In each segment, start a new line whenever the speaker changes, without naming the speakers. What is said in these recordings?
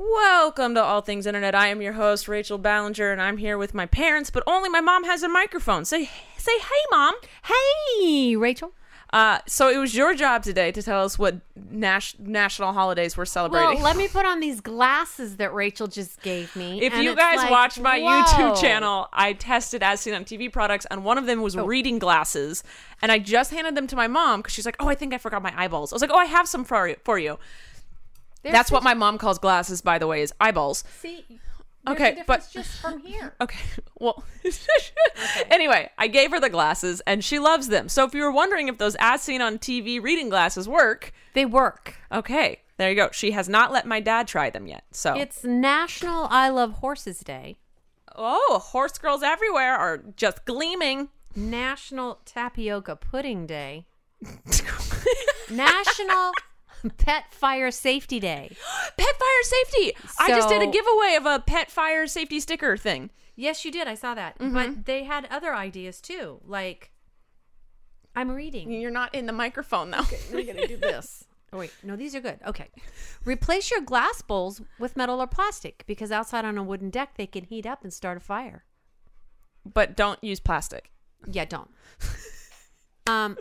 Welcome to All Things Internet. I am your host, Rachel Ballinger, and I'm here with my parents, but only my mom has a microphone. Say, say, hey, mom.
Hey, Rachel.
Uh, so it was your job today to tell us what nas- national holidays we're
Well,
celebrating.
let me put on these glasses that Rachel just gave me.
if
and
you
it's
guys
like,
watch my YouTube
whoa.
channel, I tested as seen on TV products, and one of them
Oh.
was reading glasses. And I just handed them to my mom because she's like, "Oh, I think I forgot my eyeballs." I was like, "Oh, I have some for you." For you.
There's
That's what
a-
my mom calls glasses, by the way, is eyeballs.
See,
Okay,
okay,
but-
but just from here.
Okay. Well, anyway, I gave her the glasses and she loves them. So if you were wondering if those as seen on TV reading glasses work,
They work.
okay, there you go. She has not let my dad try them yet. So,
It's National I Love Horses Day,
oh, horse girls everywhere are just gleaming.
National Tapioca Pudding Day, National Pet Fire Safety Day.
pet fire safety. I just did a
So-
giveaway of a pet fire safety sticker thing.
Yes, you did. I saw that.
Mm-hmm.
But they had other ideas too. Like, I'm reading.
You're not in the microphone though.
We're gonna do this. Oh wait, no, these are good. Okay, replace your glass bowls with metal or plastic because outside on a wooden deck they can heat up and start a fire.
But don't use plastic.
Yeah, don't. Um,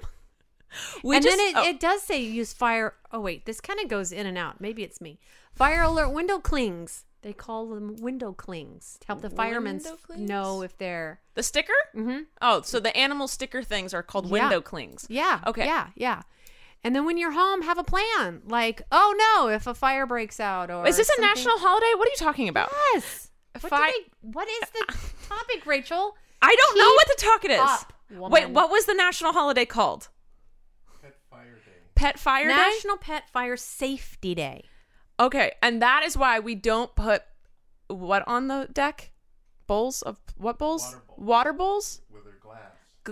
We
and
just
then it,
oh,
it does say use fire. Oh wait, this kind of goes in and out. Maybe it's me. Fire alert window clings. They call them window clings to help the firemen
Window
f-
clings?
know if they're.
the sticker?
Mm-hmm.
Oh, so the animal sticker things are called
Yeah.
window clings.
Yeah.
Okay.
Yeah. Yeah. And then when you're home, have a plan. Like, oh no, if a fire breaks out or
Is this a
something-
national holiday? What are you talking about?
Yes. What,
Fi-
did I- what is the topic, Rachel?
I don't know what the talk it is.
up,
Wait,
woman.
what was the national holiday called? Pet Fire Day. Pet Fire Day?
National Pet Fire Safety Day.
Okay, and that is why we don't put what on the deck? Bowls of what bowls? Water, bowls? With their glass.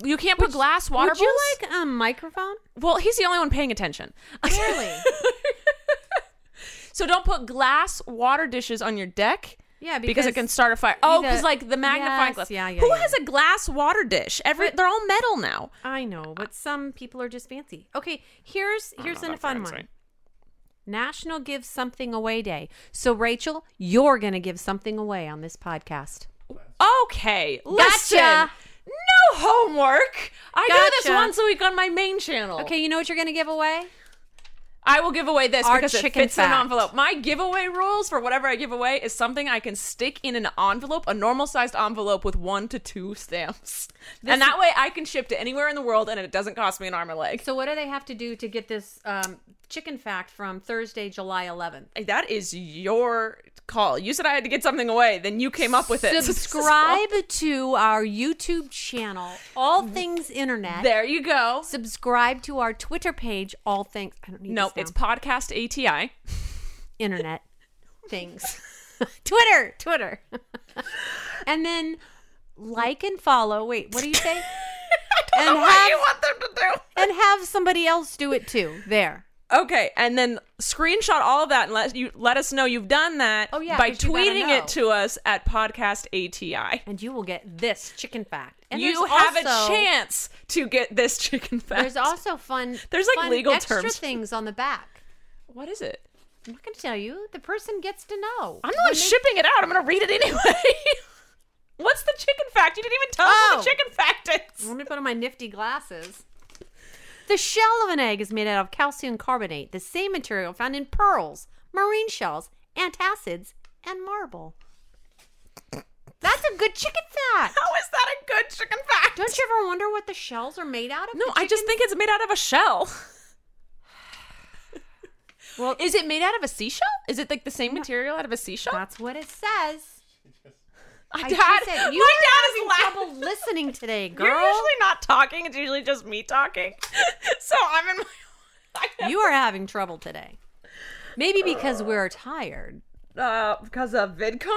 You can't put glass water
Would
bowls?
you like a microphone?
well, he's the only one paying attention.
Clearly.
so don't put glass water dishes on your deck.
Yeah,
Because, it can start a fire. Oh,
either-
because like the magnifying
Yes,
glass.
yeah, yeah,
Who
yeah.
has a glass water dish? Every they're all metal now.
I know, but some people are just fancy. Okay, here's here's a fun one. National Give Something Away Day. So Rachel, you're gonna give something away on this podcast.
Okay, listen.
Gotcha.
No homework. I do this
Gotcha.
once a week on my main channel.
Okay, you know what you're gonna give away?
I will give away this
Our
because it
chicken
fits in an
fact.
envelope. My giveaway rules for whatever I give away is something I can stick in an envelope, a normal sized envelope with one to two stamps, and that way I can ship to anywhere in the world, and it doesn't cost me an arm or leg.
So what do they have to do to get this um, chicken fact from Thursday, July 11th?
that is your call. You said I had to get something away, then you came up with it. So this is all-
Subscribe to our YouTube channel, All Things Internet.
There you go.
Subscribe to our Twitter page, All Things. I don't need
No,
this now.
it's podcast ATI.
Internet Things. Twitter, Twitter, and then like and follow. Wait, what do you say?
I don't
And
know what
have-
you want them to do.
and have somebody else do it too. There.
Okay, and then screenshot all of that and let you let us know you've done that.
Oh, yeah,
by
'cause you gotta
tweeting
know.
it to us at podcast ATI.
And you will get this chicken fact. And
you
there's
have
also-
a chance to get this chicken fact.
There's also fun.
There's, like,
fun
legal
extra
terms.
things on the back.
what is it?
I'm not going to tell you. The person gets to know.
I'm not shipping it out. I'm gonna read it anyway. What's the chicken fact? You didn't even tell us what the
Oh.
chicken fact is.
Let me put on my nifty glasses. The shell of an egg is made out of calcium carbonate, the same material found in pearls, marine shells, antacids, and marble. That's a good chicken fact.
How is that a good chicken fact?
Don't you ever wonder what the shells are made out of?
no, I just think it's made out of a shell.
Well,
Is it made out of a seashell? Is it like the same material out of a seashell?
that's what it says.
My
I
dad,
just said, you
my
are
dad is laughing.
Trouble listening today, girl.
You're usually not talking. It's usually just me talking. so I'm in my. I-
You are having trouble today. Maybe because we're tired.
uh, because of VidCon.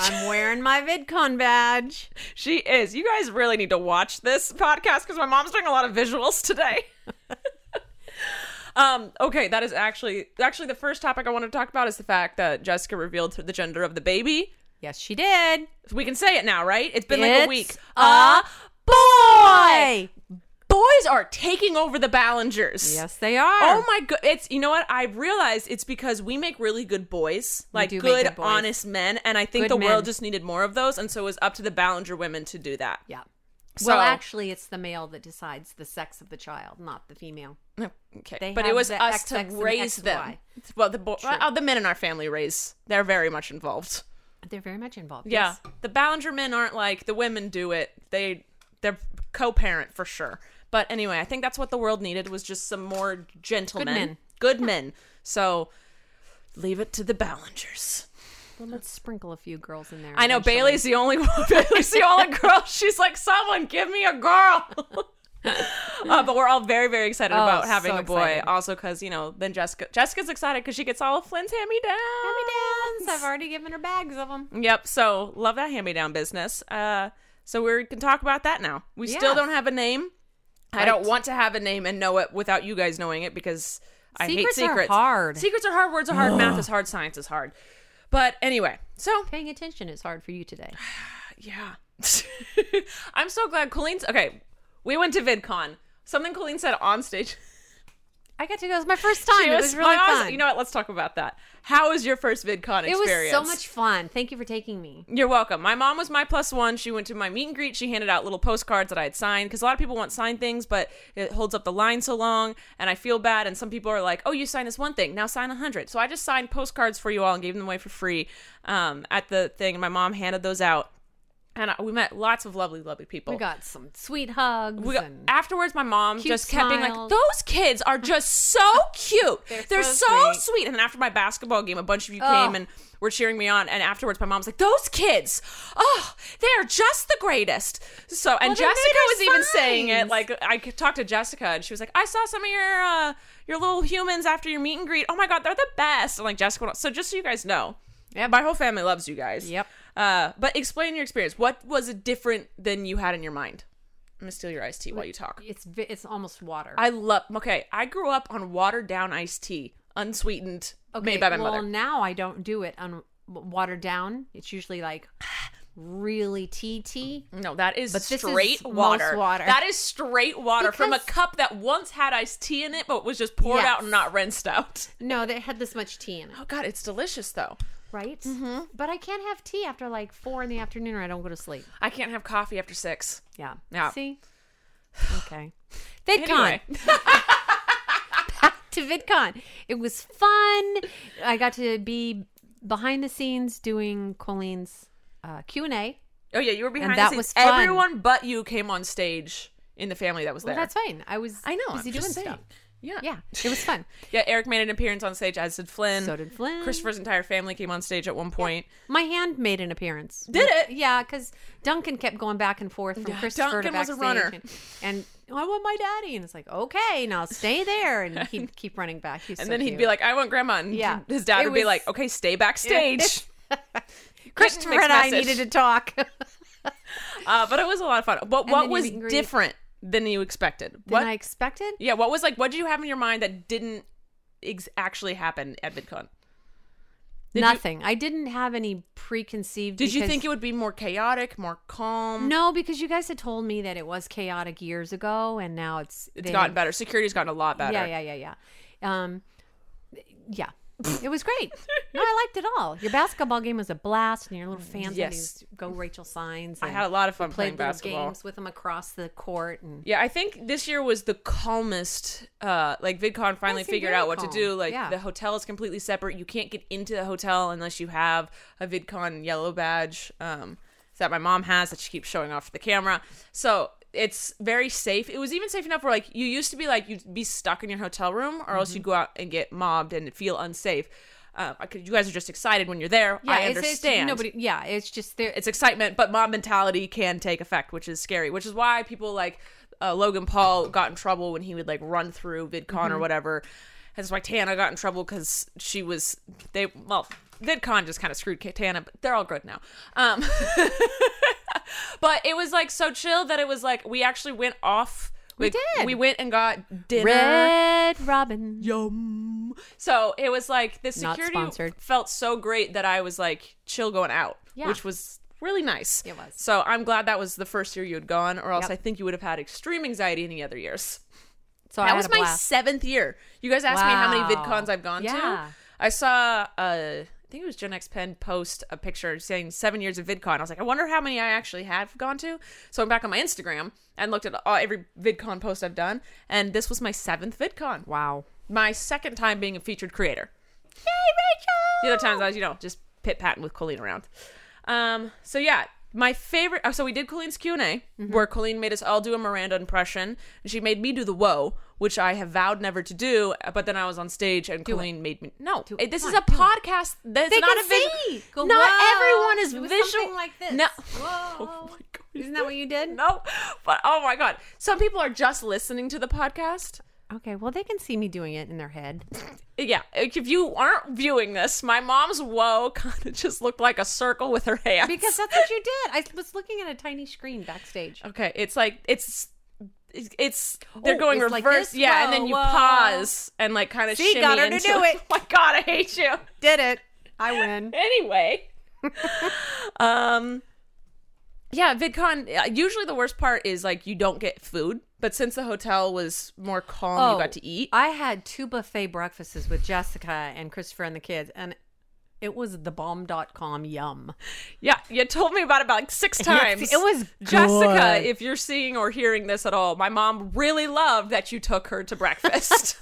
I'm wearing my VidCon badge.
She is. You guys really need to watch this podcast because my mom's doing a lot of visuals today. um, okay, that is actually actually the first topic I want to talk about is the fact that Jessica revealed the gender of the baby.
Yes, she did.
We can say it now, right? It's been like a
It's
week.
a Uh,
boy. Boys are taking over the Ballingers.
Yes, they are.
Oh my god! It's you know what I realized it's because we make really good boys, like
do
good,
make good boys.
honest men, and I think
Good
the
men.
world just needed more of those, and so it was up to the Ballinger women to do that.
Yeah.
So-
Well, actually, it's the male that decides the sex of the child, not the female.
Okay,
They
but it
have
was
the
us
XX
to
and
raise them.
XY.
Well, the bo-
True.
well, the men in our family raise. They're very much involved.
They're very much involved.
Yeah,
yes.
the Ballinger men aren't like the women do it. They they're co-parent for sure. But anyway, I think that's what the world needed was just some more gentlemen,
men.
good men. So leave it to the Ballingers.
Well, let's sprinkle a few girls in there.
I know
eventually.
Bailey's the only Bailey's the only girl. She's like, someone give me a girl. Uh, but we're all very very excited
Oh,
about having
so
a boy.
excited.
Also because you know then Jessica Jessica's excited because she gets all of Flynn's hand me down.
Hand-me-downs. I've already given her bags of them.
Yep. So love that hand me down business. Uh, so we can talk about that now. We still
Yes.
don't have a name. I don't want to have a name and know it without you guys knowing it because I
Secrets
hate
are
secrets.
hard.
Secrets are hard. Words are hard. Math is hard. Science is hard. But anyway, so
Paying attention is hard for you today.
Yeah. I'm so glad Colleen's okay. We went to VidCon. Something Colleen said on stage.
I got to go. It was my first time. It was, really
my-
fun.
"Oh, You know what? Let's talk about that. How was your first VidCon
it was
experience?
so much fun. Thank you for taking me.
You're welcome. My mom was my plus one. She went to my meet and greet. She handed out little postcards that I had signed because a lot of people want signed things, but it holds up the line so long, and I feel bad. And some people are like, "Oh, you signed this one thing, now sign a hundred. So I just signed postcards for you all and gave them away for free um, at the thing. My mom handed those out, and I, we met lots of lovely, lovely people.
We got some sweet hugs.
We got-
and
afterwards, my mom
Cute
just kept being like,
smiles.
"Those kids are just so cute. They're,
so
so,
sweet."
sweet. And then after my basketball game, a bunch of you
Oh.
came and were cheering me on. And afterwards, my mom's like, "Those kids, oh, they are just the greatest." So, and
Well, they made
Jessica
us
was even saying it.
signs.
Like, I c- talked to Jessica, and she was like, "I saw some of your uh, your little humans after your meet and greet. Oh my god, they're the best." And like Jessica, went on- so just so you guys know, yeah, my whole family loves you guys.
Yep.
Uh, but explain your experience. What was it different than you had in your mind? I'm gonna steal your iced tea while you talk.
it's vi- it's almost water.
I love. Okay, I grew up on watered down iced tea, unsweetened, made by my
well,
mother.
now I don't do it on watered down. It's usually like really tea tea.
No, that is
But this is
straight
most
water.
water.
That is straight water from a
Because-
cup that once had iced tea in it, but was just poured
Yes.
out and not rinsed out.
No, that had this much tea in it,
Oh God, it's delicious though.
right?
Mm-hmm.
But I can't have tea after like four in the afternoon, or I don't go to sleep.
I can't have coffee after six.
Yeah.
Yeah.
See. Okay. VidCon
Anyway,
to VidCon. It was fun. I got to be behind the scenes doing Colleen's uh, Q and A.
oh yeah, you were behind.
that
the scenes.
was fun.
Everyone but you came on stage in the family that was there.
Well, that's fine. I was.
I know.
Busy
I'm
doing
just
stuff.
saying. Yeah.
Yeah, it was fun.
Yeah, Eric made an appearance on stage, as did Flynn.
So did Flynn.
Christopher's entire family came on stage at one point.
My hand made an appearance.
Did it?
Yeah, because Duncan kept going back and forth from
Yeah,
Christopher to
Duncan was a
backstage,
runner.
and, and "Oh, I want my daddy, and it's like, okay, now stay there, and he'd keep running back. He's
And
so
then he'd
cute.
be like, I want grandma. And
Yeah.
his dad
It
would be
was-
like, okay, stay backstage.
Christopher
mixed
and I
message.
needed to talk. then
uh, but it was a lot of fun. But
then
what
you
was
meet and greet.
different than you expected? what?
I expected.
yeah, what was like, what did you have in your mind that didn't ex- actually happen at VidCon? Did you-
Nothing. I didn't have any preconceived.
Did you
because-
think it would be more chaotic, more calm?
No, because you guys had told me that it was chaotic years ago, and now it's
It's
they-
gotten better. Security's gotten a lot better.
Yeah, yeah, yeah, yeah. Um, yeah, it was great. No, I liked it all. Your basketball game was a blast, and your little fans had
Yes.
these go Rachel signs.
I
and
had a lot of fun
played
playing
little
basketball.
games with them across the court, and
Yeah, I think this year was the calmest. Uh, like VidCon finally
Yes, you're
figured
very
out what
calm.
to do. Like
Yeah.
the hotel is completely separate. You can't get into the hotel unless you have a VidCon yellow badge um, that my mom has that she keeps showing off to the camera. So it's very safe. It was even safe enough where like you used to be like you'd be stuck in your hotel room or else
Mm-hmm.
you'd go out and get mobbed and feel unsafe. Uh, I could- you guys are just excited when you're there.
yeah,
I
it's- it's-
understand
nobody, yeah, it's just there.
it's excitement, but mob mentality can take effect, which is scary. Which is why people like uh, Logan Paul got in trouble when he would like run
Mm-hmm.
through VidCon or whatever. That's why Tana got in trouble because she was they well VidCon just kind of screwed Katana, but they're all good now. Um, but it was like so chill that it was like we actually went off. We,
did.
We went and got dinner.
Red Robin.
Yum. So it was like the
Not
security
sponsored.
felt so great that I was like chill going out,
Yeah.
which was really nice.
It was.
So I'm glad that was the first year you had gone, or else
Yep.
I think you would have had extreme anxiety any other years.
So Oh, I
that
had
was
a
my
blast.
seventh year. You guys asked me how many
Wow.
VidCons I've gone
Yeah.
to. I saw, uh, I think it was Gen X Pen post a picture saying seven years of VidCon. I was like, I wonder how many I actually have gone to. So I'm back on my Instagram and looked at all, every VidCon post I've done, and this was my seventh VidCon
Wow.
my second time being a featured creator.
Hey,
The other times I was, you know, just pit patting with Colleen around. Um, so yeah, my favorite. oh, So we did Colleen's Q and A,
Mm-hmm.
where Colleen made us all do a Miranda impression, and she made me do the whoa, which I have vowed never to do. But then I was on stage, and Colleen made me no.
it.
This
Come
is a
on, do it.
podcast. That's
They
not
can
a visual.
see. Go,
not
"Whoa."
everyone is
It was
visual.
something like this.
No.
Whoa.
Oh my god.
Isn't that what you did?
No, but oh my god, some people are just listening to the podcast.
Okay, well they can see me doing it in their head.
yeah, like, if you aren't viewing this, my mom's woe kind of just looked like a circle with her hands.
Because that's what you did. I was looking at a tiny screen backstage.
okay, it's like it's it's they're
Oh,
going
it's like
reverse,
this?
yeah, and then
Whoa,
you
whoa.
pause and like kind of
See,
shimmy
got her to
into-
do it.
Oh my god, I hate you.
Did it. I win.
Anyway, um, yeah, VidCon. uh, Usually the worst part is like you don't get food, but since the hotel was more calm, you
Oh,
got to eat.
I had two buffet breakfasts with Jessica and Christopher and the kids, and it was the bomb.com yum.
Yeah, you told me about it about like six
Yes,
times.
it was
Jessica.
good.
If you're seeing or hearing this at all, my mom really loved that you took her to breakfast.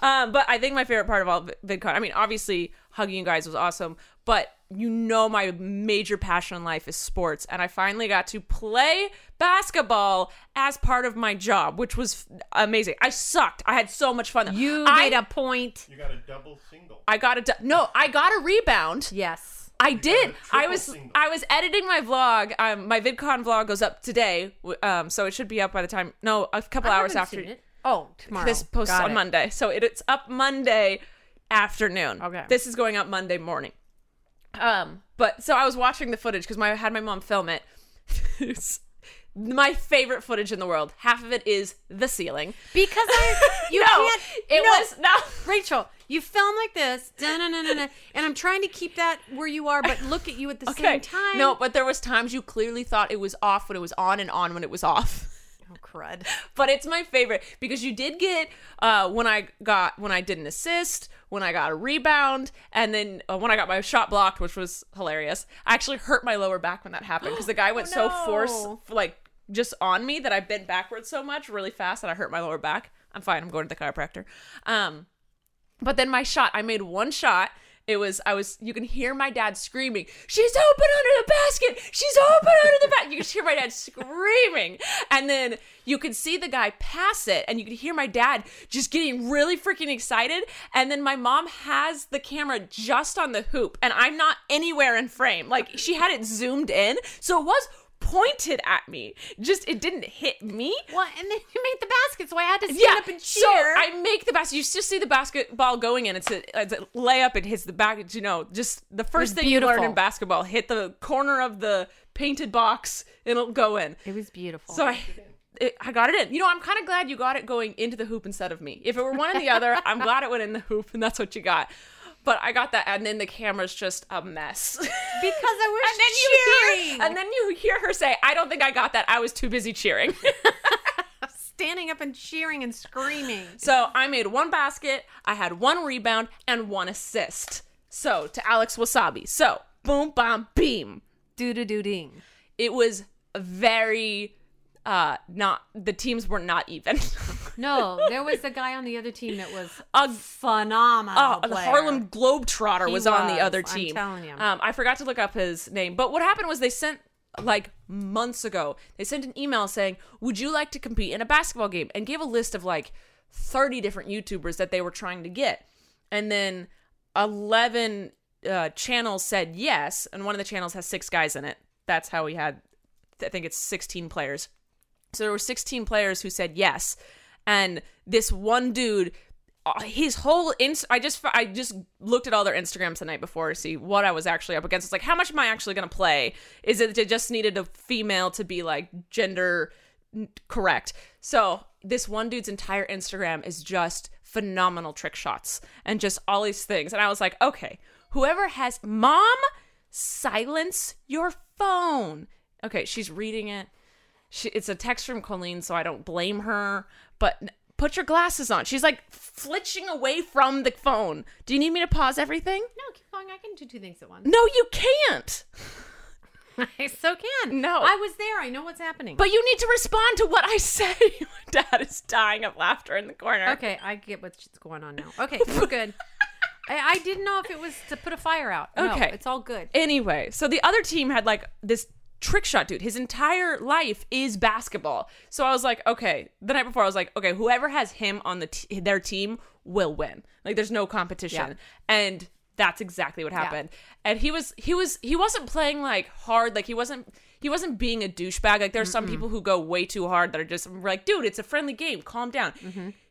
um, but I think my favorite part of all Vi- VidCon, I mean, obviously hugging you guys was awesome, but you know my major passion in life is sports, and I finally got to play basketball as part of my job, which was f- amazing. I sucked. I had so much fun. though.
You
I,
made a point.
You got a double single.
I got a du- no. I got a rebound.
Yes.
I did.
triple
I was
single.
I was editing my vlog. Um, my VidCon vlog goes up today, w- um, so it should be up by the time. No, a couple hours
I haven't
after
seen it. Oh, tomorrow.
this posts
Got
on
it.
Monday. So it, it's up Monday afternoon.
Okay.
This is going up Monday morning. Um, but so I was watching the footage because my I had my mom film it. It's my favorite footage in the world. Half of it is the ceiling.
Because I, you
no,
can't.
It
no.
was no.
Rachel, you film like this, da-na-na-na-na, and I'm trying to keep that where you are, but look at you at the same time.
No, but there was times you clearly thought it was off when it was on and on when it was off.
Oh, crud.
but it's my favorite because you did get uh, when I got when I did an assist, when I got a rebound, and then uh, when I got my shot blocked, which was hilarious. I actually hurt my lower back when that happened because the guy went
Oh,
so
no.
force like just on me that I bent backwards so much really fast that I hurt my lower back. I'm fine. I'm going to the chiropractor. Um, but then my shot, I made one shot. It was I was you can hear my dad screaming, She's open under the basket! She's open under the basket. You can hear my dad screaming. And then you could see the guy pass it, and you could hear my dad just getting really freaking excited. And then my mom has the camera just on the hoop, and I'm not anywhere in frame. Like she had it zoomed in, so it was pointed at me. Just it didn't hit me.
Well, and then you made the basket, so I had to stand up and cheer.
So I make the basket. You just see the basketball going in. It's a, it's a layup. It hits the back. You know, just the first
was
thing you learn
beautiful.
in basketball: hit the corner of the painted box. It'll go in.
it was beautiful.
So I. It, I got it in. You know, I'm kind of glad you got it going into the hoop instead of me. If it were one or the other, I'm glad it went in the hoop, and that's what you got. But I got that, and then the camera's just a mess.
because I was
and then you
cheering
hear, and then you hear her say, "I don't think I got that. I was too busy cheering."
standing up and cheering and screaming.
So I made one basket, I had one rebound, and one assist. So to Alex Wasabi. So boom, bomb, beam.
Doo doo doo ding.
It was very uh not the teams were not even.
No, there was a guy on the other team that was
A-
phenomenal.
Oh, the
player.
Harlem Globetrotter
He
was, on the
was,
other
I'm
team.
telling you.
Um, I forgot to look up his name, but what happened was they sent like months ago. They sent an email saying, "Would you like to compete in a basketball game?" and gave a list of like 30 different YouTubers that they were trying to get. And then 11 uh, channels said yes, and one of the channels has six guys in it. That's how we had I think it's 16 players. So there were 16 players who said yes. And this one dude uh, his whole ins I just I just looked at all their Instagrams the night before to see what I was actually up against. It's like how much am I actually going to play? Is it they just needed a female to be like gender n- correct? So this one dude's entire Instagram is just phenomenal trick shots and just all these things, and I was like, okay, whoever has mom, silence your phone. Okay, she's reading it she, it's a text from Colleen, so I don't blame her. But n- put your glasses on. She's like flitching away from the phone. Do you need me to pause everything?
No, keep going. I can do two things at once.
No, you can't.
I so can.
No.
I was there. I know what's happening.
But you need to respond to what I say. My dad is dying of laughter in the corner.
okay, I get what's going on now. Okay, we're good. I, I didn't know if it was to put a fire out. No,
Okay.
it's all good.
Anyway, so the other team had like this trick shot dude. His entire life is basketball. So I was like, okay. The night before, I was like, okay, whoever has him on the t- their team will win. Like, there's no competition,
Yeah.
and that's exactly what happened. And he was he was he wasn't playing like hard. Like he wasn't he wasn't being a douchebag. Like there's some people who go way too hard that are just like, dude, it's a friendly game. Calm down.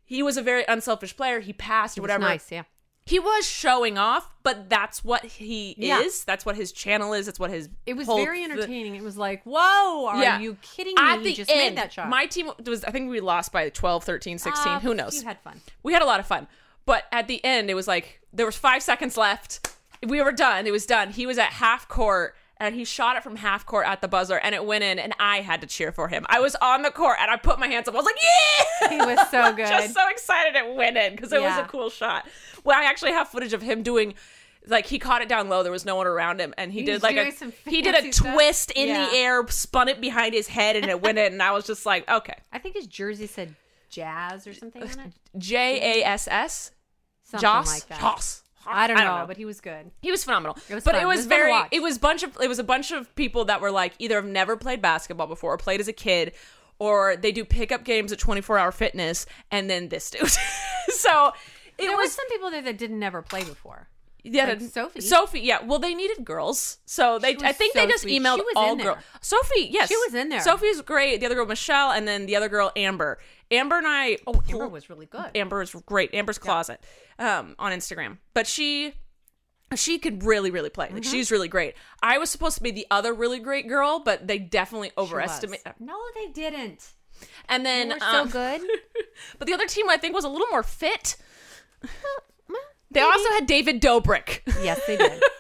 He was a very unselfish player. He passed
It's
whatever
Mm-hmm. nice, yeah.
he was showing off, but that's what he
Yeah.
is. That's what his channel is. That's what his
It was
whole
very
th-
entertaining. it was like, whoa, are
Yeah.
you kidding me?
At
you
the
just
end,
made that shot.
my team was. I think we lost by 12, 13, 16.
Uh,
Who knows?
You had fun.
we had a lot of fun, but at the end, it was like there was five seconds left. We were done. It was done. He was at half court. And he shot it from half court at the buzzer, and it went in. And I had to cheer for him. I was on the court, and I put my hands up. I was like, "Yeah!"
He was so good.
just so excited it went in because it was
Yeah.
a cool shot. Well, I actually have footage of him doing. Like he caught it down low, there was no one around him, and he
He's
did like a
doing some
he did a
fancy stuff.
twist in the
Yeah.
air, spun it behind his head, and it went in. And I was just like, okay,
I think his jersey said jazz or something on it.
J A S S,
Something
Joss,
like that.
Joss.
I don't, know, but he was good.
he was phenomenal.
It was
but
fun.
it
It
was,
was fun to
very
watch.
it was bunch of it was a bunch of people that were like either have never played basketball before or played as a kid or they do pickup games at 24 hour fitness and then this dude. so it
There
was
was some people there that didn't never play before.
Yeah,
Like
the-
Sophie.
Sophie, yeah. Well, they needed girls, so they.
was
I think they
so
just
sweet.
emailed
She was
all
in
girls.
there.
Sophie, yes,
She was in there.
Sophie's great. The other girl, Michelle, and then the other girl, Amber. Amber and I. Oh,
Amber was really good.
Amber is great. Amber's closet um, on Instagram, but she she could really really play.
Mm-hmm.
Like she's really great. I was supposed to be the other really great girl, but they definitely
She was.
overestimated.
No, they didn't.
And then,
They were
um,
so good.
but the other team I think was a little more fit. They
Maybe.
also had David Dobrik.
yes, they did.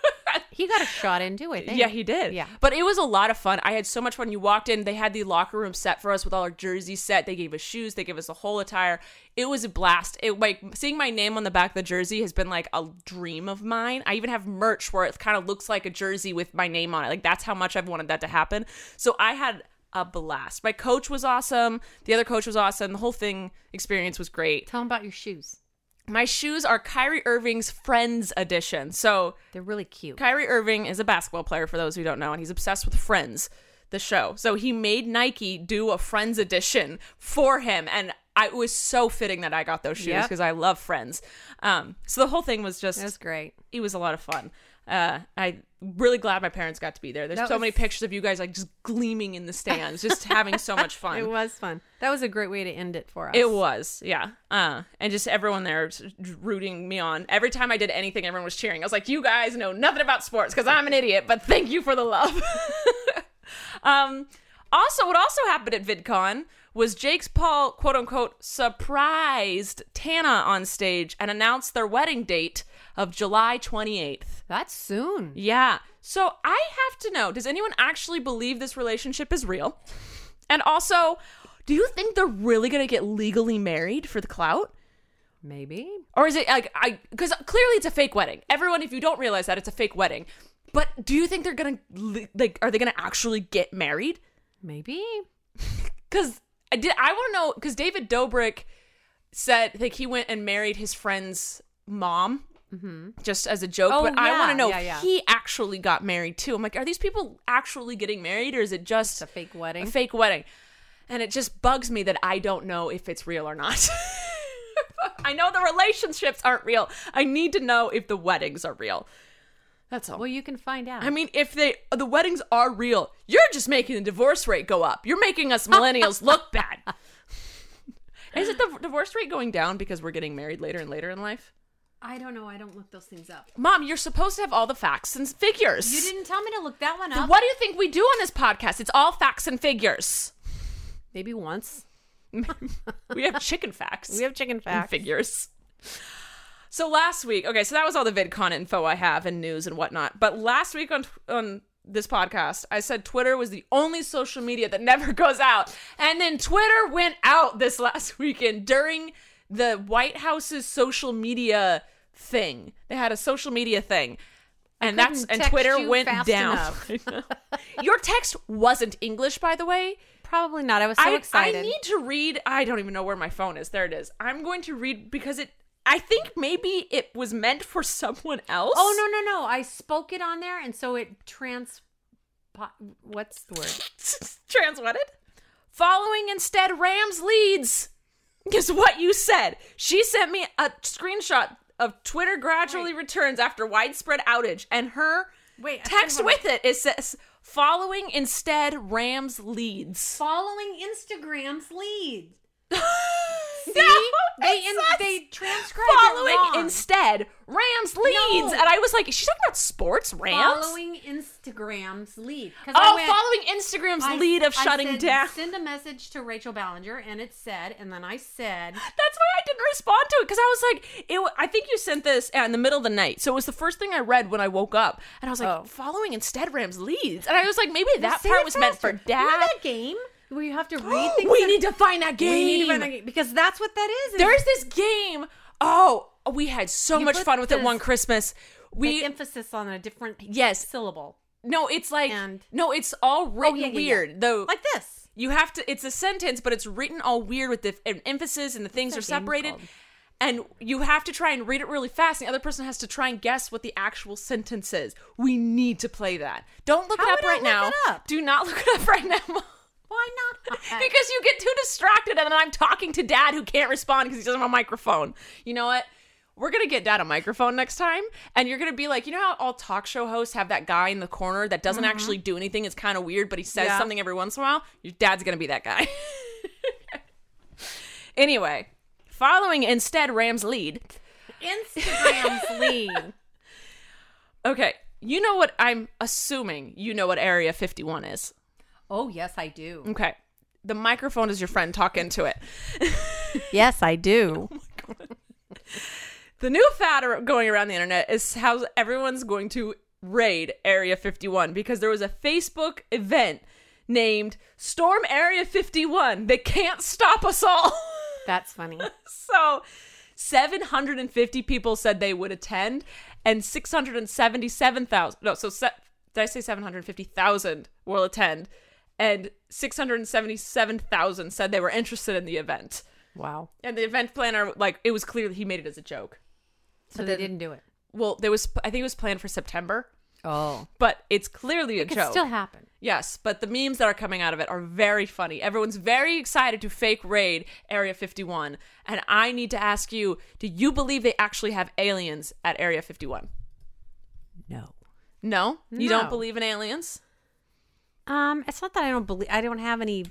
He got a shot in too, I think.
Yeah, he did.
Yeah.
But it was a lot of fun. I had so much fun. You walked in, they had the locker room set for us with all our jerseys set. They gave us shoes, they gave us the whole attire. It was a blast. It like seeing my name on the back of the jersey has been like a dream of mine. I even have merch where it kind of looks like a jersey with my name on it. Like that's how much I've wanted that to happen. So I had a blast. My coach was awesome. The other coach was awesome. The whole thing experience was great.
Tell him about your shoes.
My shoes are Kyrie Irving's Friends edition. So
They're really cute.
Kyrie Irving is a basketball player, for those who don't know, and he's obsessed with Friends, the show. So he made Nike do a Friends edition for him, and I, it was so fitting that I got those shoes
Yep.
because I love Friends. Um, so the whole thing was just,
That was great.
it was a lot of fun. Uh, I really glad my parents got to be there. There's
That
so
was-
many pictures of you guys like just gleaming in the stands, just having so much fun.
It was fun. That was a great way to end it for us.
It was, yeah. Uh, and just everyone there was rooting me on. Every time I did anything, everyone was cheering. I was like, you guys know nothing about sports because I'm an idiot, but thank you for the love. um, also, what also happened at VidCon was Jake's Paul, quote unquote, surprised Tana on stage and announced their wedding date of July 28th.
That's soon.
Yeah. So I have to know does anyone actually believe this relationship is real? And also, do you think they're really going to get legally married for the clout?
Maybe.
Or is it like, I, because clearly it's a fake wedding. Everyone, if you don't realize that, it's a fake wedding. But do you think they're going to, like, are they going to actually get married?
Maybe.
Because I did, I want to know, because David Dobrik said, like, he went and married his friend's mom. Just as a joke,
Oh,
but I
yeah,
want to know
yeah,
if
yeah.
he actually got married too. I'm like, are these people actually getting married, or is it just
It's a fake wedding.
a fake wedding. And it just bugs me that I don't know if it's real or not. I know the relationships aren't real. I need to know if the weddings are real. That's all.
well, you can find out.
I mean, if they the weddings are real, you're just making the divorce rate go up. You're making us millennials look bad. Is it the divorce rate going down because we're getting married later and later in life?
I don't know. I don't look those things up.
Mom, you're supposed to have all the facts and figures.
You didn't tell me to look that one up.
What do you think we do on this podcast? It's all facts and figures.
Maybe once.
We have chicken facts.
We have chicken
and
facts.
figures. So last week, okay, so that was all the VidCon info I have and news and whatnot. But last week on on this podcast, I said Twitter was the only social media that never goes out, and then Twitter went out this last weekend during the White House's social media thing. They had a social media thing. And that's
couldn't
and
text
Twitter
you
went
fast
down.
enough.
Your text wasn't English, by the way.
Probably not. I was so
I,
excited.
I need to read. I don't even know where my phone is. There it is. I'm going to read because it. I think maybe it was meant for someone else.
oh no no no! I spoke it on there, and so it trans. What's the word?
Transwetted. Following instead Rams leads is what you said. She sent me a screenshot of Twitter gradually returns after widespread outage, and her
Wait, I
text
said
with it it says following instead Rams leads.
Following Instagram's lead.
See,
they in- they transcribed it
following
wrong.
instead Rams leads,
No.
and I was like, she's talking about sports Rams.
Following Instagram's lead. 'Cause I
oh,
went-
following Instagram's
I-
lead of
I
shutting
said,
down.
Send a message to Rachel Ballinger, and it said, and then I said,
That's why I didn't respond to it because I was like, it. wa- I think you sent this uh, in the middle of the night, so it was the first thing I read when I woke up, and I was like,
Oh.
following instead Rams leads, and I was like, maybe that
Say
part
it
was meant for
faster. Remember
dad.
that game where you have to read things.
we
that-
need to find that game.
We need to find that game because that's what that is. is
There's this game. Oh, we had so
You
much
put
fun with it
this-
one Christmas. We
like emphasis on a different
Yes.
syllable,
No, it's like
And- Oh,
no, it's all written
yeah, yeah, yeah.
weird though.
like this.
you have to. It's a sentence, but it's written all weird with the em- emphasis and the things are
that game
separated.
called?
And you have to try and read it really fast. And the other person has to try and guess what the actual sentence is. We need to play that. Don't look
How
it up
would I
right
look
now.
it up?
Do not look it up right now. Mom.
Why not? Uh,
because you get too distracted, and then I'm talking to dad who can't respond because he doesn't have a microphone. You know what? We're gonna get dad a microphone next time, and you're gonna be like, you know how all talk show hosts have that guy in the corner that doesn't actually do anything. It's kind of weird, but he says
Yeah.
something every once in a while. Your dad's gonna be that guy. anyway, following instead Ram's lead.
Instagram's lead.
Okay, you know what? I'm assuming you know what Area 51 is.
Oh yes, I do.
Okay, the microphone is your friend. Talk into it.
Yes, I do.
The new fad ar- going around the internet is how everyone's going to raid Area 51 because there was a Facebook event named Storm Area 51 that can't stop us all.
That's funny.
so 750 people said they would attend and 677,000 no so se- did I say 750,000 will attend and 677,000 said they were interested in the event.
Wow.
And the event planner like it was clear that he made it as a joke
So they didn't do it.
well there was i think it was planned for september
Oh,
but it's clearly a
it could
joke
still happen.
yes but the memes that are coming out of it are very funny everyone's very excited to fake raid area 51 and i need to ask you do you believe they actually have aliens at area 51
No.
no you
No.
don't believe in aliens
Um, it's not that I don't believe. I don't have any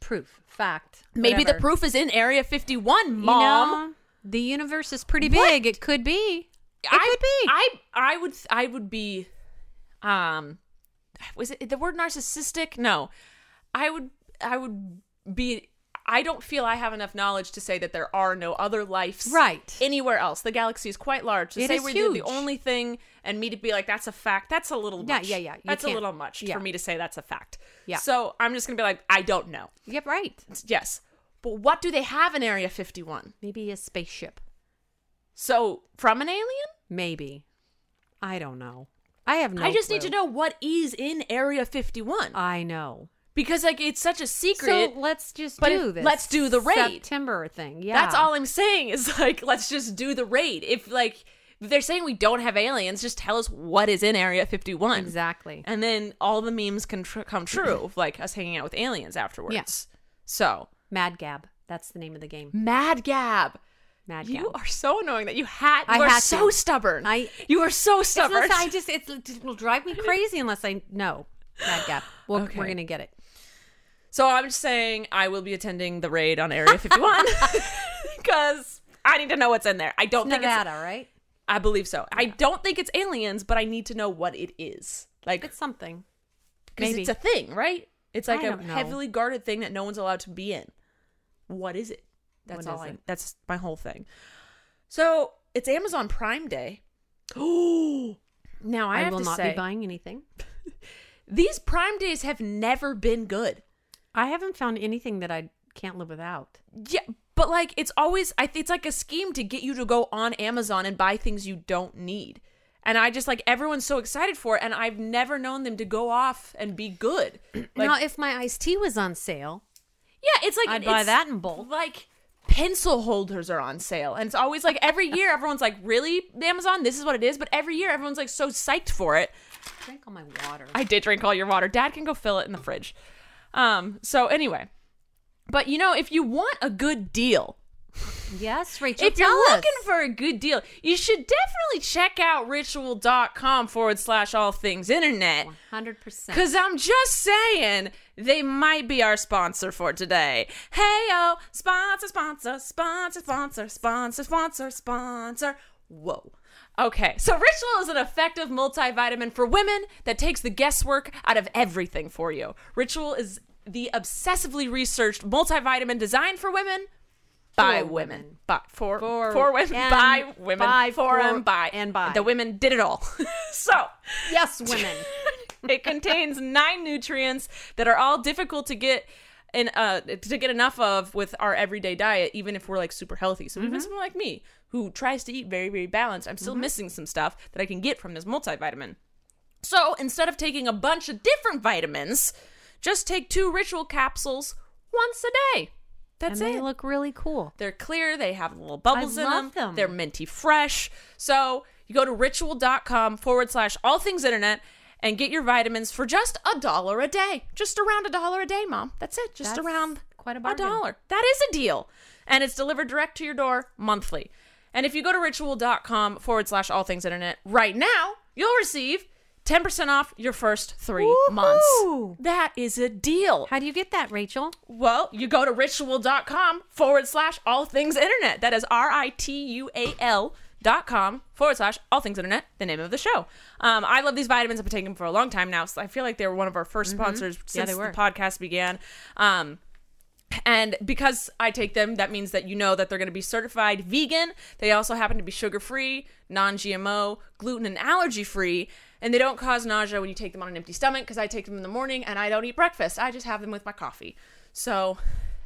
proof, fact.
maybe the
whatever.
proof is in area 51
You
mom
know, the universe is pretty
What?
big. It could be. It
I
could be.
I I would I would be um was it the word narcissistic? No. I would I would be I don't feel I have enough knowledge to say that there are no other lives
Right.
anywhere else. The galaxy is quite large. To
It
say
is
we're the
huge.
only thing and me to be like that's a fact, that's a little
Yeah,
much.
yeah, yeah. You
That's a
can't-
little much
yeah.
for me to say that's a fact.
Yeah.
So I'm just gonna be like, I don't know.
yep, right.
Yes. But what do they have in Area 51?
Maybe a spaceship.
So from an alien?
Maybe. I don't know. I have no.
I just need
clue.
to know what is in Area 51
I know.
because like it's such a secret.
So let's just
But
do
it-
this.
let's do the raid.
September thing. Yeah,
That's all I'm saying is like let's just do the raid. If like if they're saying we don't have aliens, just tell us what is in Area 51.
Exactly.
And then all the memes can tr- come true of like us hanging out with aliens afterwards. So,
Mad Gab. That's the name of the game.
Mad Gab.
Mad Gab.
You are so annoying that you had
I
you are
had to.
so stubborn.
I-
you are so
It's
stubborn.
not- I just it's, it will drive me crazy unless I know Mad Gab. Well,
Okay.
We're gonna get it.
So I'm just saying I will be attending the raid on Area 51 because I need to know what's in there. I don't think it's.
Nevada, right?
I believe so. I don't think it's aliens, but I need to know what it is. Like,
It's something.
'cause
maybe.
it's a thing, right? It's like
I
a
don't know.
heavily guarded thing that no one's allowed to be in. What is it? That's
What
all.
is
I,
it?
that's my whole thing. So it's Amazon Prime Day. Oh, now I,
I,
have
will
to
not
say
be buying anything.
these Prime Days have never been good.
I haven't found anything that I can't live without.
Yeah, but like it's always I it's like a scheme to get you to go on Amazon and buy things you don't need. And I just like everyone's so excited for it and I've never known them to go off and be good. Like
now, if my iced tea was on sale,
yeah, it's like
I'd buy
it's
that in bulk.
Like pencil holders are on sale and it's always like every year everyone's like, "Really? Amazon? This is what it is?" But every year everyone's like so psyched for it.
drink all my water.
I did drink all your water. Dad can go fill it in the fridge. Um, so anyway, but you know, if you want a good deal,
yes, Rachel.
if you're
tell us.
looking for a good deal, you should definitely check out ritual.com forward slash all things internet.
100%.
Because I'm just saying, they might be our sponsor for today. Hey, yo, sponsor, sponsor, sponsor, sponsor, sponsor, sponsor, sponsor. Whoa. Okay, so Ritual is an effective multivitamin for women that takes the guesswork out of everything for you. Ritual is the obsessively researched multivitamin designed for women by
For
women.
women.
By, for, for,
For
women,
and
by women,
by,
for,
for,
and by.
and by.
The women did it all. so,
yes, women.
it contains nine nutrients that are all difficult to get and uh to get enough of with our everyday diet even if we're like super healthy so
Mm-hmm.
even someone like me who tries to eat very very balanced i'm still missing some stuff that i can get from this multivitamin so instead of taking a bunch of different vitamins just take two ritual capsules once a day
and
that's
they
it
look really cool.
they're clear. They have little bubbles in
love
them.
them.
They're minty fresh. So you go to ritual.com forward slash all things internet and get your vitamins for just a dollar a day. Just around a dollar a day, mom. That's it. Just
That's
around
quite a bargain.
dollar. That is a deal. And it's delivered direct to your door monthly. And if you go to ritual.com forward slash all things internet right now, you'll receive 10% off your first 3
Woohoo!
months. That is a deal.
How do you get that, Rachel?
Well, you go to ritual.com forward slash all things internet. That is R I T U A L dot com forward slash all things internet, the name of the show. Um, I love these vitamins. I've been taking them for a long time now. So I feel like they were one of our 1st sponsors since
Mm-hmm. they were.
the podcast began. Um, and because I take them, that means that you know that they're going to be certified vegan. They also happen to be sugar free, non GMO, gluten and allergy free. And they don't cause nausea when you take them on an empty stomach because I take them in the morning and I don't eat breakfast. I just have them with my coffee. So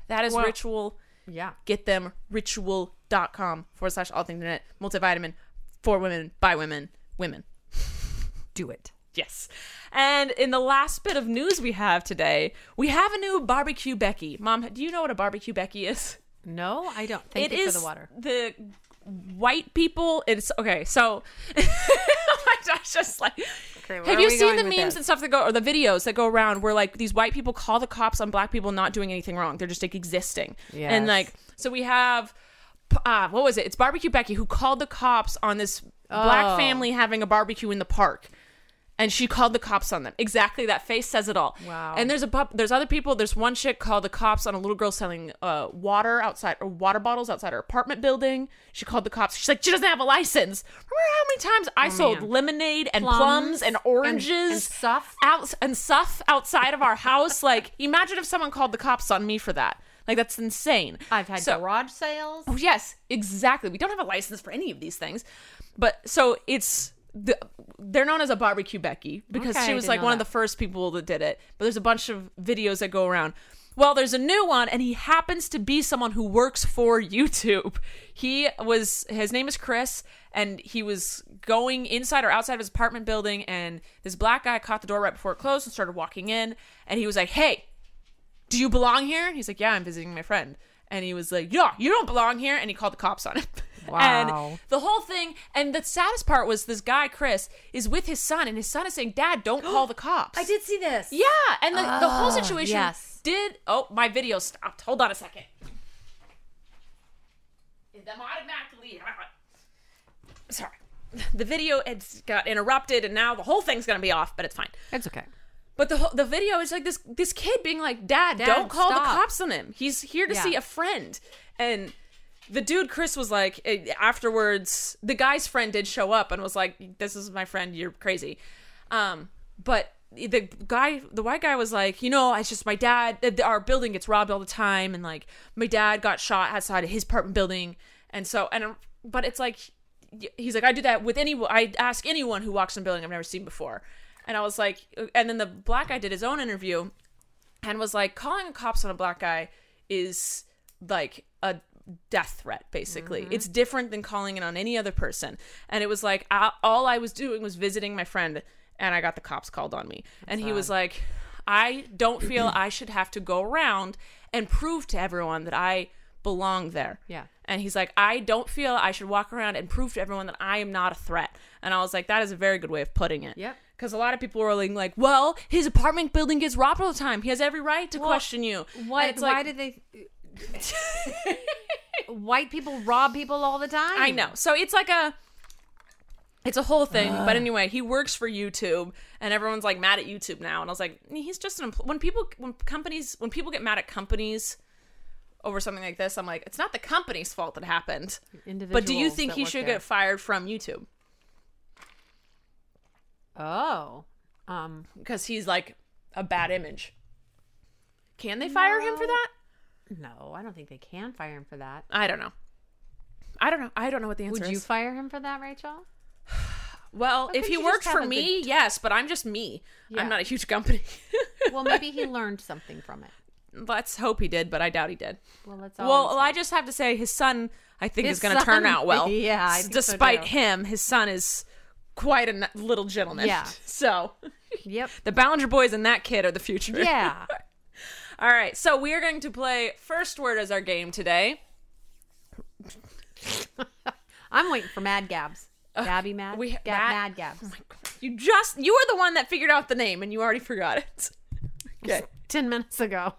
that is
Well-
ritual.
Yeah.
Get them ritual.com forward slash all things internet, multivitamin for women, by women, women.
Do it.
Yes. And in the last bit of news we have today, we have a new barbecue Becky. Mom, do you know what a barbecue Becky is?
No, I don't. Thank
It
you
is
for the water.
the white people. It's okay. So, oh my gosh, just like,
where
have
are
you
we
seen
going
the
with
memes
this?
and stuff that go or the videos that go around where like these white people call the cops on black people not doing anything wrong? They're just like existing. And
Yes.
like, so we have. Uh, what was it? It's Barbecue Becky who called the cops on this black
Oh.
family having a barbecue in the park and she called the cops on them. Exactly, that face says it all.
Wow.
And there's a pup, there's other people. There's one chick called the cops on a little girl selling uh, water outside or water bottles outside her apartment building. She called the cops. She's like, she doesn't have a license. Remember how many times I sold
Oh, man.
lemonade and plums,
Plums
and
and-
oranges
and stuff.
out and stuff outside of our house? like, imagine if someone called the cops on me for that. Like that's insane.
I've had
So-
garage sales.
Oh, yes, exactly. We don't have a license for any of these things. But so it's the, they're known as a barbecue Becky because
Okay,
she
I
was
didn't
like
know
one of
that.
the first people that did it. But there's a bunch of videos that go around. Well, there's a new one and he happens to be someone who works for YouTube. He was his name is Chris and he was going inside or outside of his apartment building and this black guy caught the door right before it closed and started walking in and he was like, "Hey, do you belong here? And he's like, yeah, I'm visiting my friend. And he was like, yeah, you don't belong here. And he called the cops on him.
Wow.
and the whole thing, and the saddest part was this guy, Chris, is with his son, and his son is saying, Dad, don't call the cops.
I did see this.
Yeah. And the, the whole
Oh,
situation
yes.
did. Oh, my video stopped. Hold on a second. Is them automatically. Sorry. The video it's got interrupted, and now the whole thing's going to be off, but it's fine.
It's okay.
But the whole- the video is like this this kid being like, "Dad,
Dad,
don't call
stop."
the cops on him. He's here to
Yeah.
see a friend." And the dude Chris was like, eh, afterwards, the guy's friend did show up and was like, "This is my friend. You're crazy." Um, but the guy, the white guy, was like, "You know, it's just my dad. th- Our building gets robbed all the time, and like my dad got shot outside of his apartment building, and so and but it's like." he's like, I do that with anyone. I ask anyone who walks in a building I've never seen before. And I was like, and then the black guy did his own interview and was like, calling cops on a black guy is like a death threat, basically.
Mm-hmm.
It's different than calling it on any other person. And it was like, I, all I was doing was visiting my friend and I got the cops called on me. and he was like, I don't feel I should have to go around and prove to everyone that I belong there.
Yeah.
And he's like, I don't feel I should walk around and prove to everyone that I am not a threat. And I was like, that is a very good way of putting it.
Yep.
Because a lot of people were like, like, well, his apartment building gets robbed all the time. He has every right to question you.
What?
And it's
why
like,
did they? White people rob people all the time.
I know. So it's like a it's a whole thing. But anyway, he works for YouTube and everyone's like mad at YouTube now. And I was like, he's just an empl-. when people when companies when people get mad at companies over something like this, I'm like, it's not the company's fault that happened. But do you
Individuals
think
that
he
work
should
there.
get fired from YouTube?
Oh, um,
Because he's like a bad image. Can they fire him for
No.
that?
no, I don't think they can fire him for that.
I don't know. I don't know. I don't know what the answer
Would you
is.
fire him for that, Rachel?
well, if
couldn't
he
you just
worked
have
for
a
me, yes, but I'm just me.
Yeah.
I'm not a huge company.
Well, maybe he learned something from it.
Let's hope he did, but I doubt he did.
Well, let's all.
Well, I just have to say his son, I think,
His
is going to turn
son-
out well.
Yeah, I
S-
think so,
Despite
too.
him, his son is quite a n- little gentleman.
Yeah.
So
yep.
the Ballinger boys and that kid are the future.
Yeah.
All right. So we are going to play first word as our game today.
I'm waiting for Mad Gabs. Gabby Mad.
we-
Gab,
Mad-
Mad Oh Gabs.
You just you are the one that figured out the name and you already forgot it. Okay.
Ten minutes ago.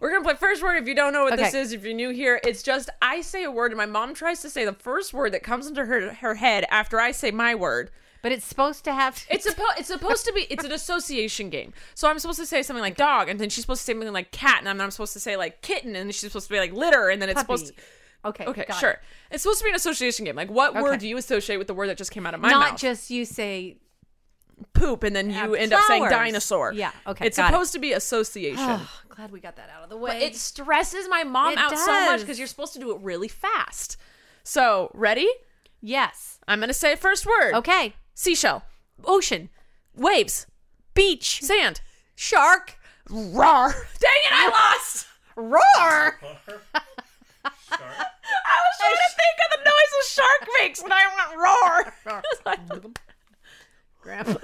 We're gonna play first word. If you don't know what this
Okay.
is, if you're new here, it's just I say a word and my mom tries to say the first word that comes into her her head after I say my word.
but it's supposed to have.
It's supposed it's supposed to be it's an association game. So I'm supposed to say something like dog, and then she's supposed to say something like cat, and then I'm supposed to say like kitten, and then she's supposed to be like litter, and then it's supposed
puppy.
to
Okay.
Okay,
got it.
sure. It's supposed to be an association game. Like what
Okay.
word do you associate with the word that just came out of my
Not
mouth?
just you say
poop and then you
Yeah,
end up saying
flowers.
dinosaur.
Yeah, okay,
It's
got it.
supposed to be association.
Oh, glad we got that out of the way.
it stresses my mom
It
out so much
does.
because you're supposed to do it really fast. So, ready?
yes.
I'm gonna say first word.
Okay.
Seashell.
Ocean,
Waves.
beach,
Sand.
shark,
Rawr. Dang it, I lost!
roar.
I was trying to think of the noise a shark makes and I went roar.
Grandpa.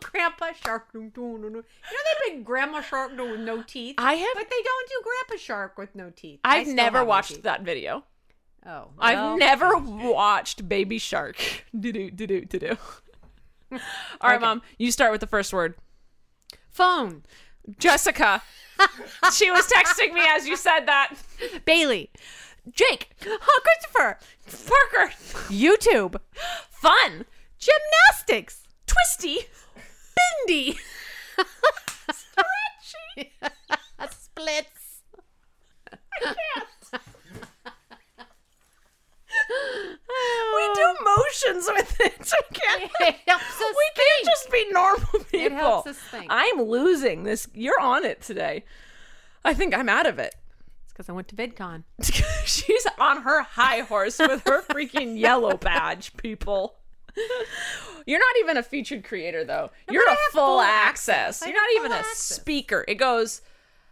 Grandpa shark. doo, doo, doo, doo. You know they make grandma shark do with no teeth.
I have
but they don't do grandpa shark with no teeth. I
I've
still
never
have no
watched
teeth.
that video.
Oh, well,
I've never watched Baby Shark. Do do do do do do. All right, mom, you start with the first word.
phone.
Jessica. she was texting me as you said that.
Bailey,
Jake.
oh, Christopher,
Parker.
YouTube,
Fun.
gymnastics,
Twisty.
Indy, stretchy, splits.
We
Oh.
do motions with it. We can't,
It helps us
we can't just be normal people.
helps us think.
I'm losing this. You're on it today. I think I'm out of it.
It's because I went to VidCon.
She's on her high horse with her freaking yellow badge, people. You're not even a featured creator, though. You're
but
a
I have
full,
full
access.
access. I
You're
have
not even
full
a
access.
speaker. It goes.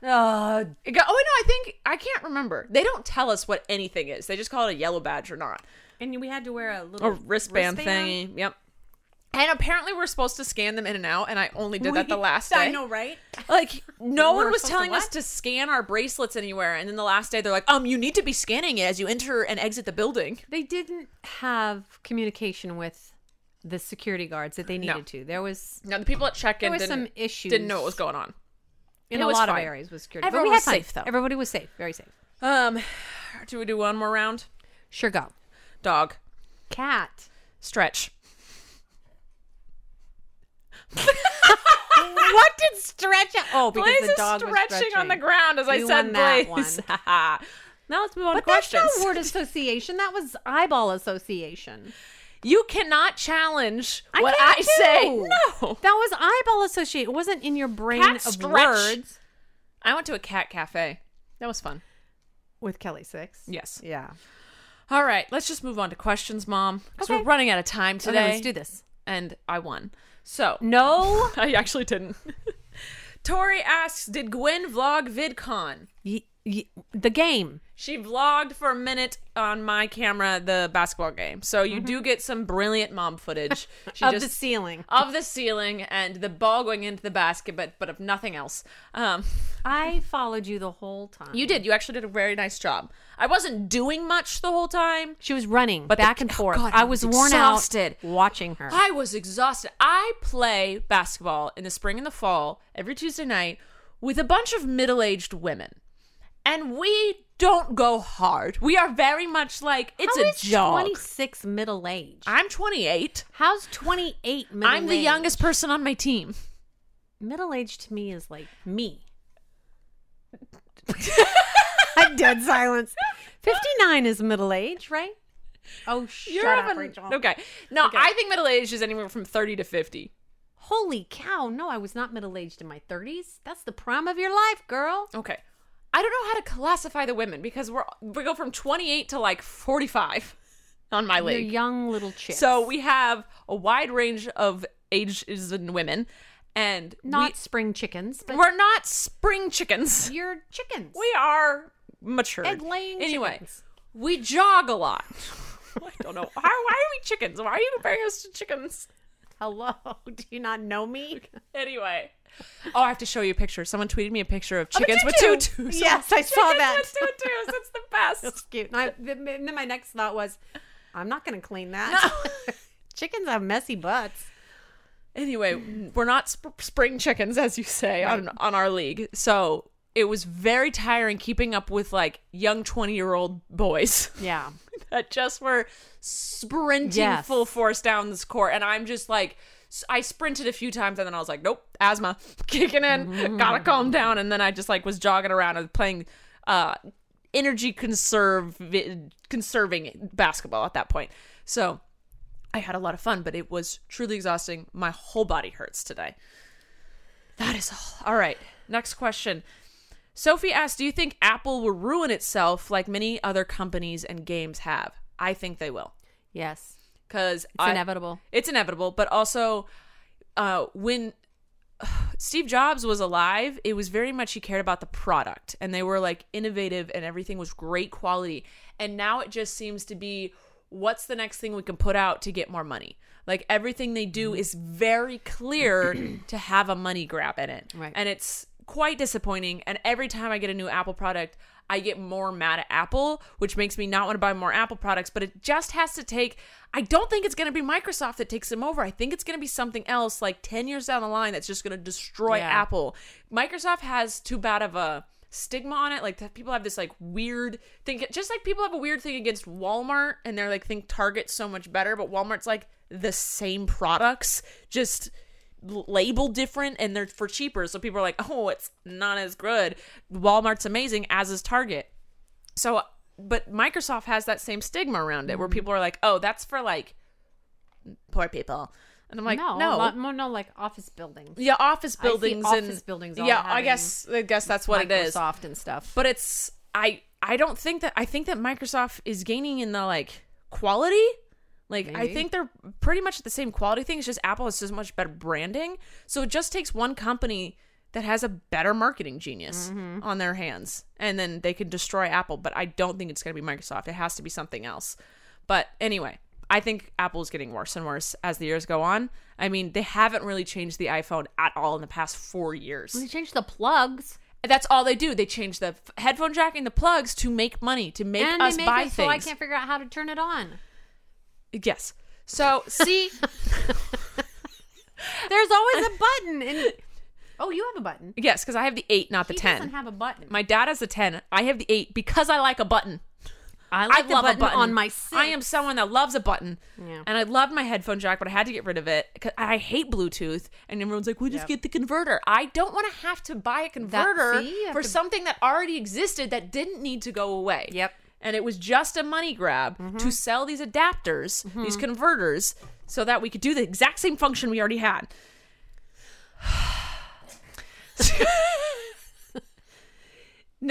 Uh,
It go, oh no, I think I can't remember. They don't tell us what anything is. They just call it a yellow badge or not,
and we had to wear a little
or wristband, thingy. Yep. And apparently we're supposed to scan them in and out, and I only did that the last day.
I know, right?
Like no
We
one
were
was
supposed to
telling us
what?
to scan our bracelets anywhere, and then the last day they're like, um, you need to be scanning it as you enter and exit the building.
They didn't have communication with the security guards that they needed to. There was
Now the people at check-in
there was
didn't,
some issues.
didn't know what was going on.
in
it
a
was
lot
fine.
of areas with security. But
Everyone
we had
was
fun.
safe, though.
Everybody was safe, very safe.
Um, do we do one more round?
Sure, go
Dog
cat.
stretch.
what did stretch out? Oh, because
Blaze
the
is
dog was
stretching, on the ground as I
You
said,
won that
Blaze. now let's move on
But
to questions.
that's not word association. That was eyeball association.
you cannot challenge
I
what
can
I say.
too.
No.
That was eyeball association. It wasn't in your brain
Cat
of
stretch.
words.
I went to a cat cafe. That was fun.
With Kelly Six.
Yes.
Yeah.
All right, let's just move on to questions, Mom, because
Okay.
we're running out of time today.
Okay, let's do this.
And I won. So
No.
I actually didn't. Tori asks, "Did Gwen vlog VidCon?"
y- y- the game.
She vlogged for a minute on my camera the basketball game, so you do get some brilliant mom footage. She
of the ceiling.
of the ceiling and the ball going into the basket, but but of nothing else. Um,
I followed you the whole time.
you did. You actually did a very nice job. I wasn't doing much the whole time.
She was running
But the-
back and
oh,
forth.
God,
I
I
was,
was
worn
exhausted.
out watching her.
I was exhausted. I play basketball in the spring and the fall every Tuesday night with a bunch of middle aged women. And we don't go hard. We are very much like, it's
How
a
is
jog.
26 middle age.
I'm 28.
How's 28 middle
I'm the
age?
youngest person on my team.
Middle age to me is like me. A dead silence. 59 is middle age, right? Oh, shut up,
of an-
Rachel.
Okay. No,
Okay.
I think middle age is anywhere from 30 to 50.
Holy cow. No, I was not middle aged in my 30s. That's the prime of your life, girl.
Okay. I don't know how to classify the women because we're we go from 28 to like 45 on my
You're
league.
young little chick.
So we have a wide range of ages in women, and
Not spring chickens,
we,
but
we're not spring chickens.
you're chickens.
We are mature.
Egg laying
Anyway,
chickens.
we jog a lot. I don't know. Why, why are we chickens? Why are you comparing us to chickens?
Hello. Do you not know me?
Anyway. Oh, I have to show you a picture. Someone tweeted me a picture of
a
chickens with
tutu.
tutus.
Yes, I saw
Chickens
that.
with tutus. It's the best.
That's cute. And, I, and then my next thought was, I'm not going to clean that. Chickens have messy butts.
anyway, we're not sp- spring chickens, as you say, on on our league. So it was very tiring keeping up with like young twenty year old boys
Yeah.
that just were sprinting
Yes.
full force down this court, and I'm just like. s- I sprinted a few times and then I was like, nope, asthma kicking in, gotta calm down. And then I just like was jogging around and playing uh, energy conserve conserving basketball at that point. So I had a lot of fun, but it was truly exhausting. My whole body hurts today. That is all. All right. Next question. Sophie asked, "Do you think Apple will ruin itself like many other companies and games have?" I think they will,
Yes.
because
It's inevitable.
It's inevitable, but also, uh, when Steve Jobs was alive, it was very much he cared about the product and they were like innovative and everything was great quality. And now it just seems to be what's the next thing we can put out to get more money? Like everything they do
Mm-hmm.
is very clear to have a money grab in it.
Right.
And it's quite disappointing. And every time I get a new Apple product, I get more mad at Apple, which makes me not want to buy more Apple products. But it just has to take, I don't think it's going to be Microsoft that takes them over. I think it's going to be something else like 10 years down the line that's just going to destroy
Yeah.
Apple. Microsoft has too bad of a stigma on it. Like that people have this like weird thing, just like people have a weird thing against Walmart and they're like, think Target's so much better. But Walmart's like the same products, just l- labeled different and they're for cheaper. So people are like, oh, it's not as good. Walmart's amazing, as is Target. So, but Microsoft has that same stigma around
Mm-hmm.
it where people are like, oh, that's for like poor people. And I'm like,
no,
no,
a lot more, no, like office buildings.
yeah, office
see
buildings
office
and
buildings all
Yeah, I
having
guess I guess that's what it is.
Microsoft and stuff.
But it's I I don't think that I think that Microsoft is gaining in the like quality. Like I
Maybe.
think they're pretty much the same quality thing. It's just Apple has so much better branding. So it just takes one company that has a better marketing genius on their hands, and then they can destroy Apple. But I don't think it's going to be Microsoft. It has to be something else. But anyway, I think Apple's getting worse and worse as the years go on. I mean, they haven't really changed the iPhone at all in the past four years.
they changed the plugs
That's all they do. They change the f- headphone jack and the plugs to make money, to make
and
us
they make
buy
it
things.
so I can't figure out how to turn it on.
yes. So see,
There's always a button. And oh, you have a button.
yes, because I have the eight, not the
he
ten.
doesn't have a button.
My dad has the ten. I have the eight because I like a button.
I like the
love
button
a button
on my six.
I am someone that loves a button.
Yeah.
And I loved my headphone jack, but I had to get rid of it because I hate Bluetooth. And everyone's like, "We just
Yep.
get the converter." I don't want to have to buy a converter
see, you have
for
to-
something that already existed that didn't need to go away.
Yep.
And it was just a money grab to sell these adapters, these converters, so that we could do the exact same function we already had.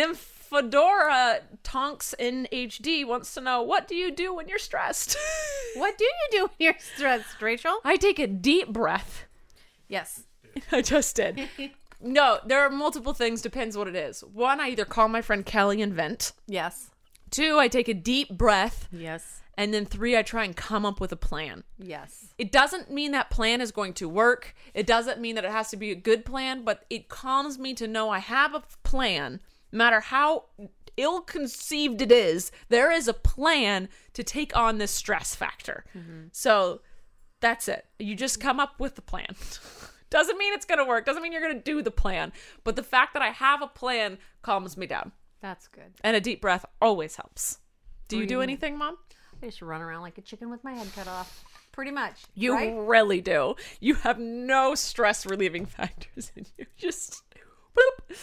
Nymphadora Tonks in HD wants to know what do you do when you're stressed?
What do you do when you're stressed, Rachel?
I take a deep breath.
Yes.
I just did. No, there are multiple things, depends what it is. One, I either call my friend Kelly and vent.
Yes.
Two, I take a deep breath.
Yes.
And then three, I try and come up with a plan.
Yes.
It doesn't mean that plan is going to work. It doesn't mean that it has to be a good plan, but it calms me to know I have a plan, no matter how ill conceived it is. There is a plan to take on this stress factor. So that's it. You just come up with the plan. doesn't mean it's going to work. Doesn't mean you're going to do the plan, but the fact that I have a plan calms me down.
That's good.
And a deep breath always helps. Do you do anything, mom?
I just run around like a chicken with my head cut off. Pretty much.
You
right?
really do. You have no stress relieving factors in you. Just boop.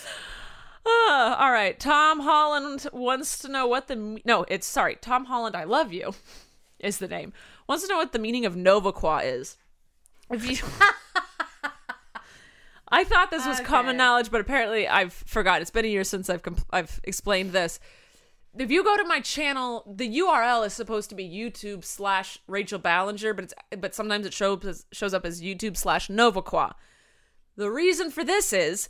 Ah, all right. Tom Holland wants to know what the me- no. It's sorry. Tom Holland, I love you, is the name. Wants to know what the meaning of Novaqua is. If you. I thought this was common
Okay.
knowledge, but apparently I've forgot. It's been a year since I've compl- I've explained this if you go to my channel, the URL is supposed to be YouTube slash Rachel Ballinger, but it's but sometimes it shows as, shows up as YouTube slash Novaqua. The reason for this is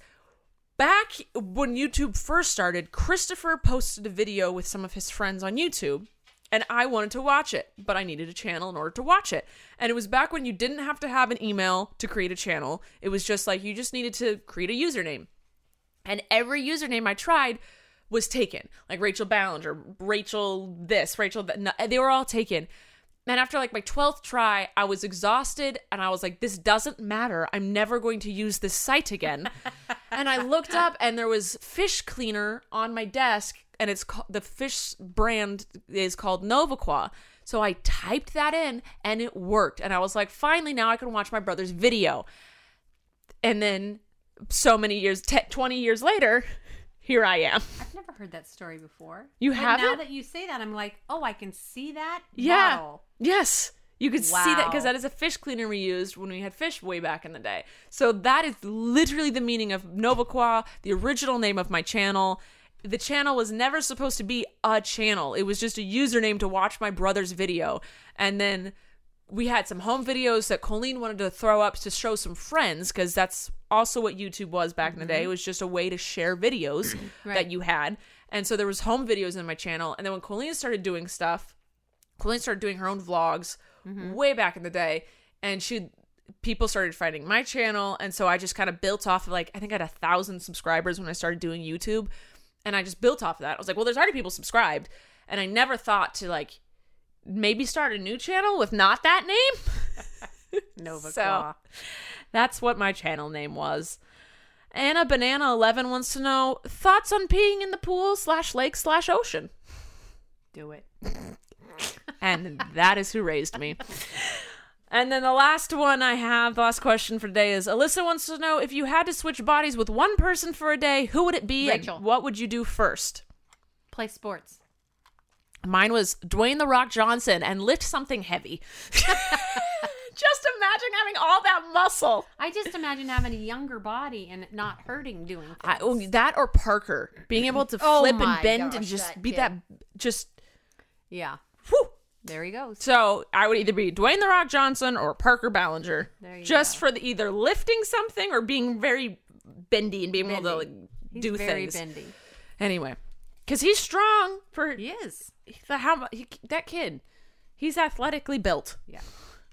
back when YouTube first started, Christopher posted a video with some of his friends on YouTube, and I wanted to watch it, but I needed a channel in order to watch it. And it was back when you didn't have to have an email to create a channel. It was just like you just needed to create a username. And every username I tried was taken. Like Rachel Ballinger, Rachel this, Rachel that. No, they were all taken. And after like my 12th try, I was exhausted and I was like, this doesn't matter. I'm never going to use this site again. and I looked up and there was fish cleaner on my desk and it's called the fish brand is called Novaqua. So I typed that in and it worked. And I was like, finally, now I can watch my brother's video and then so many years te- 20 years later here i am
I've never heard that story before.
You
And Now
haven't?
that you say that, I'm like, oh, I can see that.
yeah
Wow.
yes you could see that because
Wow.
that is a fish cleaner we used when we had fish way back in the day so that is literally the meaning of novaqua the original name of my channel the channel was never supposed to be a channel it was just a username to watch my brother's video and then we had some home videos that Colleen wanted to throw up to show some friends because that's also what YouTube was back in the day. It was just a way to share videos that you had. And so there was home videos in my channel. And then when Colleen started doing stuff, Colleen started doing her own vlogs way back in the day, and she people started finding my channel, and so I just kind of built off of like I think I had a thousand subscribers when I started doing YouTube, and I just built off of that. I was like, well, there's already people subscribed, and I never thought to like maybe start a new channel with not that name.
Nova
So-
Claw.
That's what my channel name was. Anna Banana Eleven wants to know thoughts on peeing in the pool slash lake slash ocean.
Do it.
and that is who raised me. And then the last one I have, the last question for today is Alyssa wants to know if you had to switch bodies with one person for a day, who would it be
Rachel.
and what would you do first?
Play sports.
Mine was Dwayne the Rock Johnson and lift something heavy. Just imagine having all that muscle.
I just imagine having a younger body and it not hurting doing things.
I, oh, that or Parker being able to
Oh
flip
my
and bend
gosh,
and just
that
be
kid.
that, just
yeah.
whew.
There he goes.
So I would either be Dwayne the Rock Johnson or Parker Ballinger,
There you
just
go.
for the either lifting something or being very bendy and being able to like,
Bendy. He's
do
very
things.
bendy.
Anyway, because he's strong for
He is.
the how mu- he, that kid, he's athletically built.
Yeah.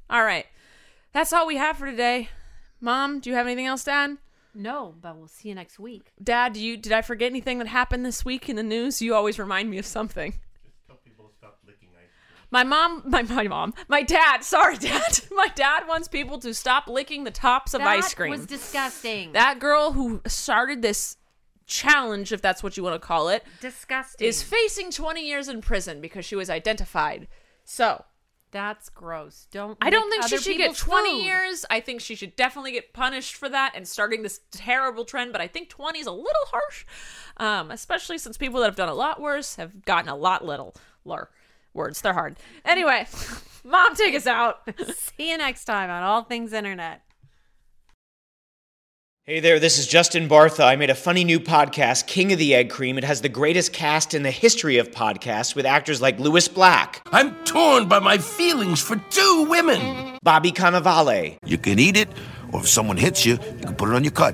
All right, that's all we have for today. Mom, do you have anything else, Dad?
No, but we'll see you next week.
Dad, do you did I forget anything that happened this week in the news? You always remind me of something. My mom, my, my mom, my dad. Sorry, dad. My dad wants people to stop licking the tops of
That
ice cream.
was disgusting.
that girl who started this challenge, if that's what you want to call it,
Disgusting.
is facing 20 years in prison because she was identified. So
That's gross. Don't.
I don't
lick
think she
other
should get
people's
20
food.
years. I think she should definitely get punished for that and starting this terrible trend. But I think 20 is a little harsh, um, especially since people that have done a lot worse have gotten a lot little. Lur. Words, they're hard. Anyway, mom, take us out.
See you next time on All Things Internet.
Hey there, this is Justin Bartha. I made a funny new podcast, King of the Egg Cream. It has the greatest cast in the history of podcasts with actors like Louis Black,
I'm torn by my feelings for two women.
Bobby Cannavale,
You can eat it, or if someone hits you, you can put it on your cut.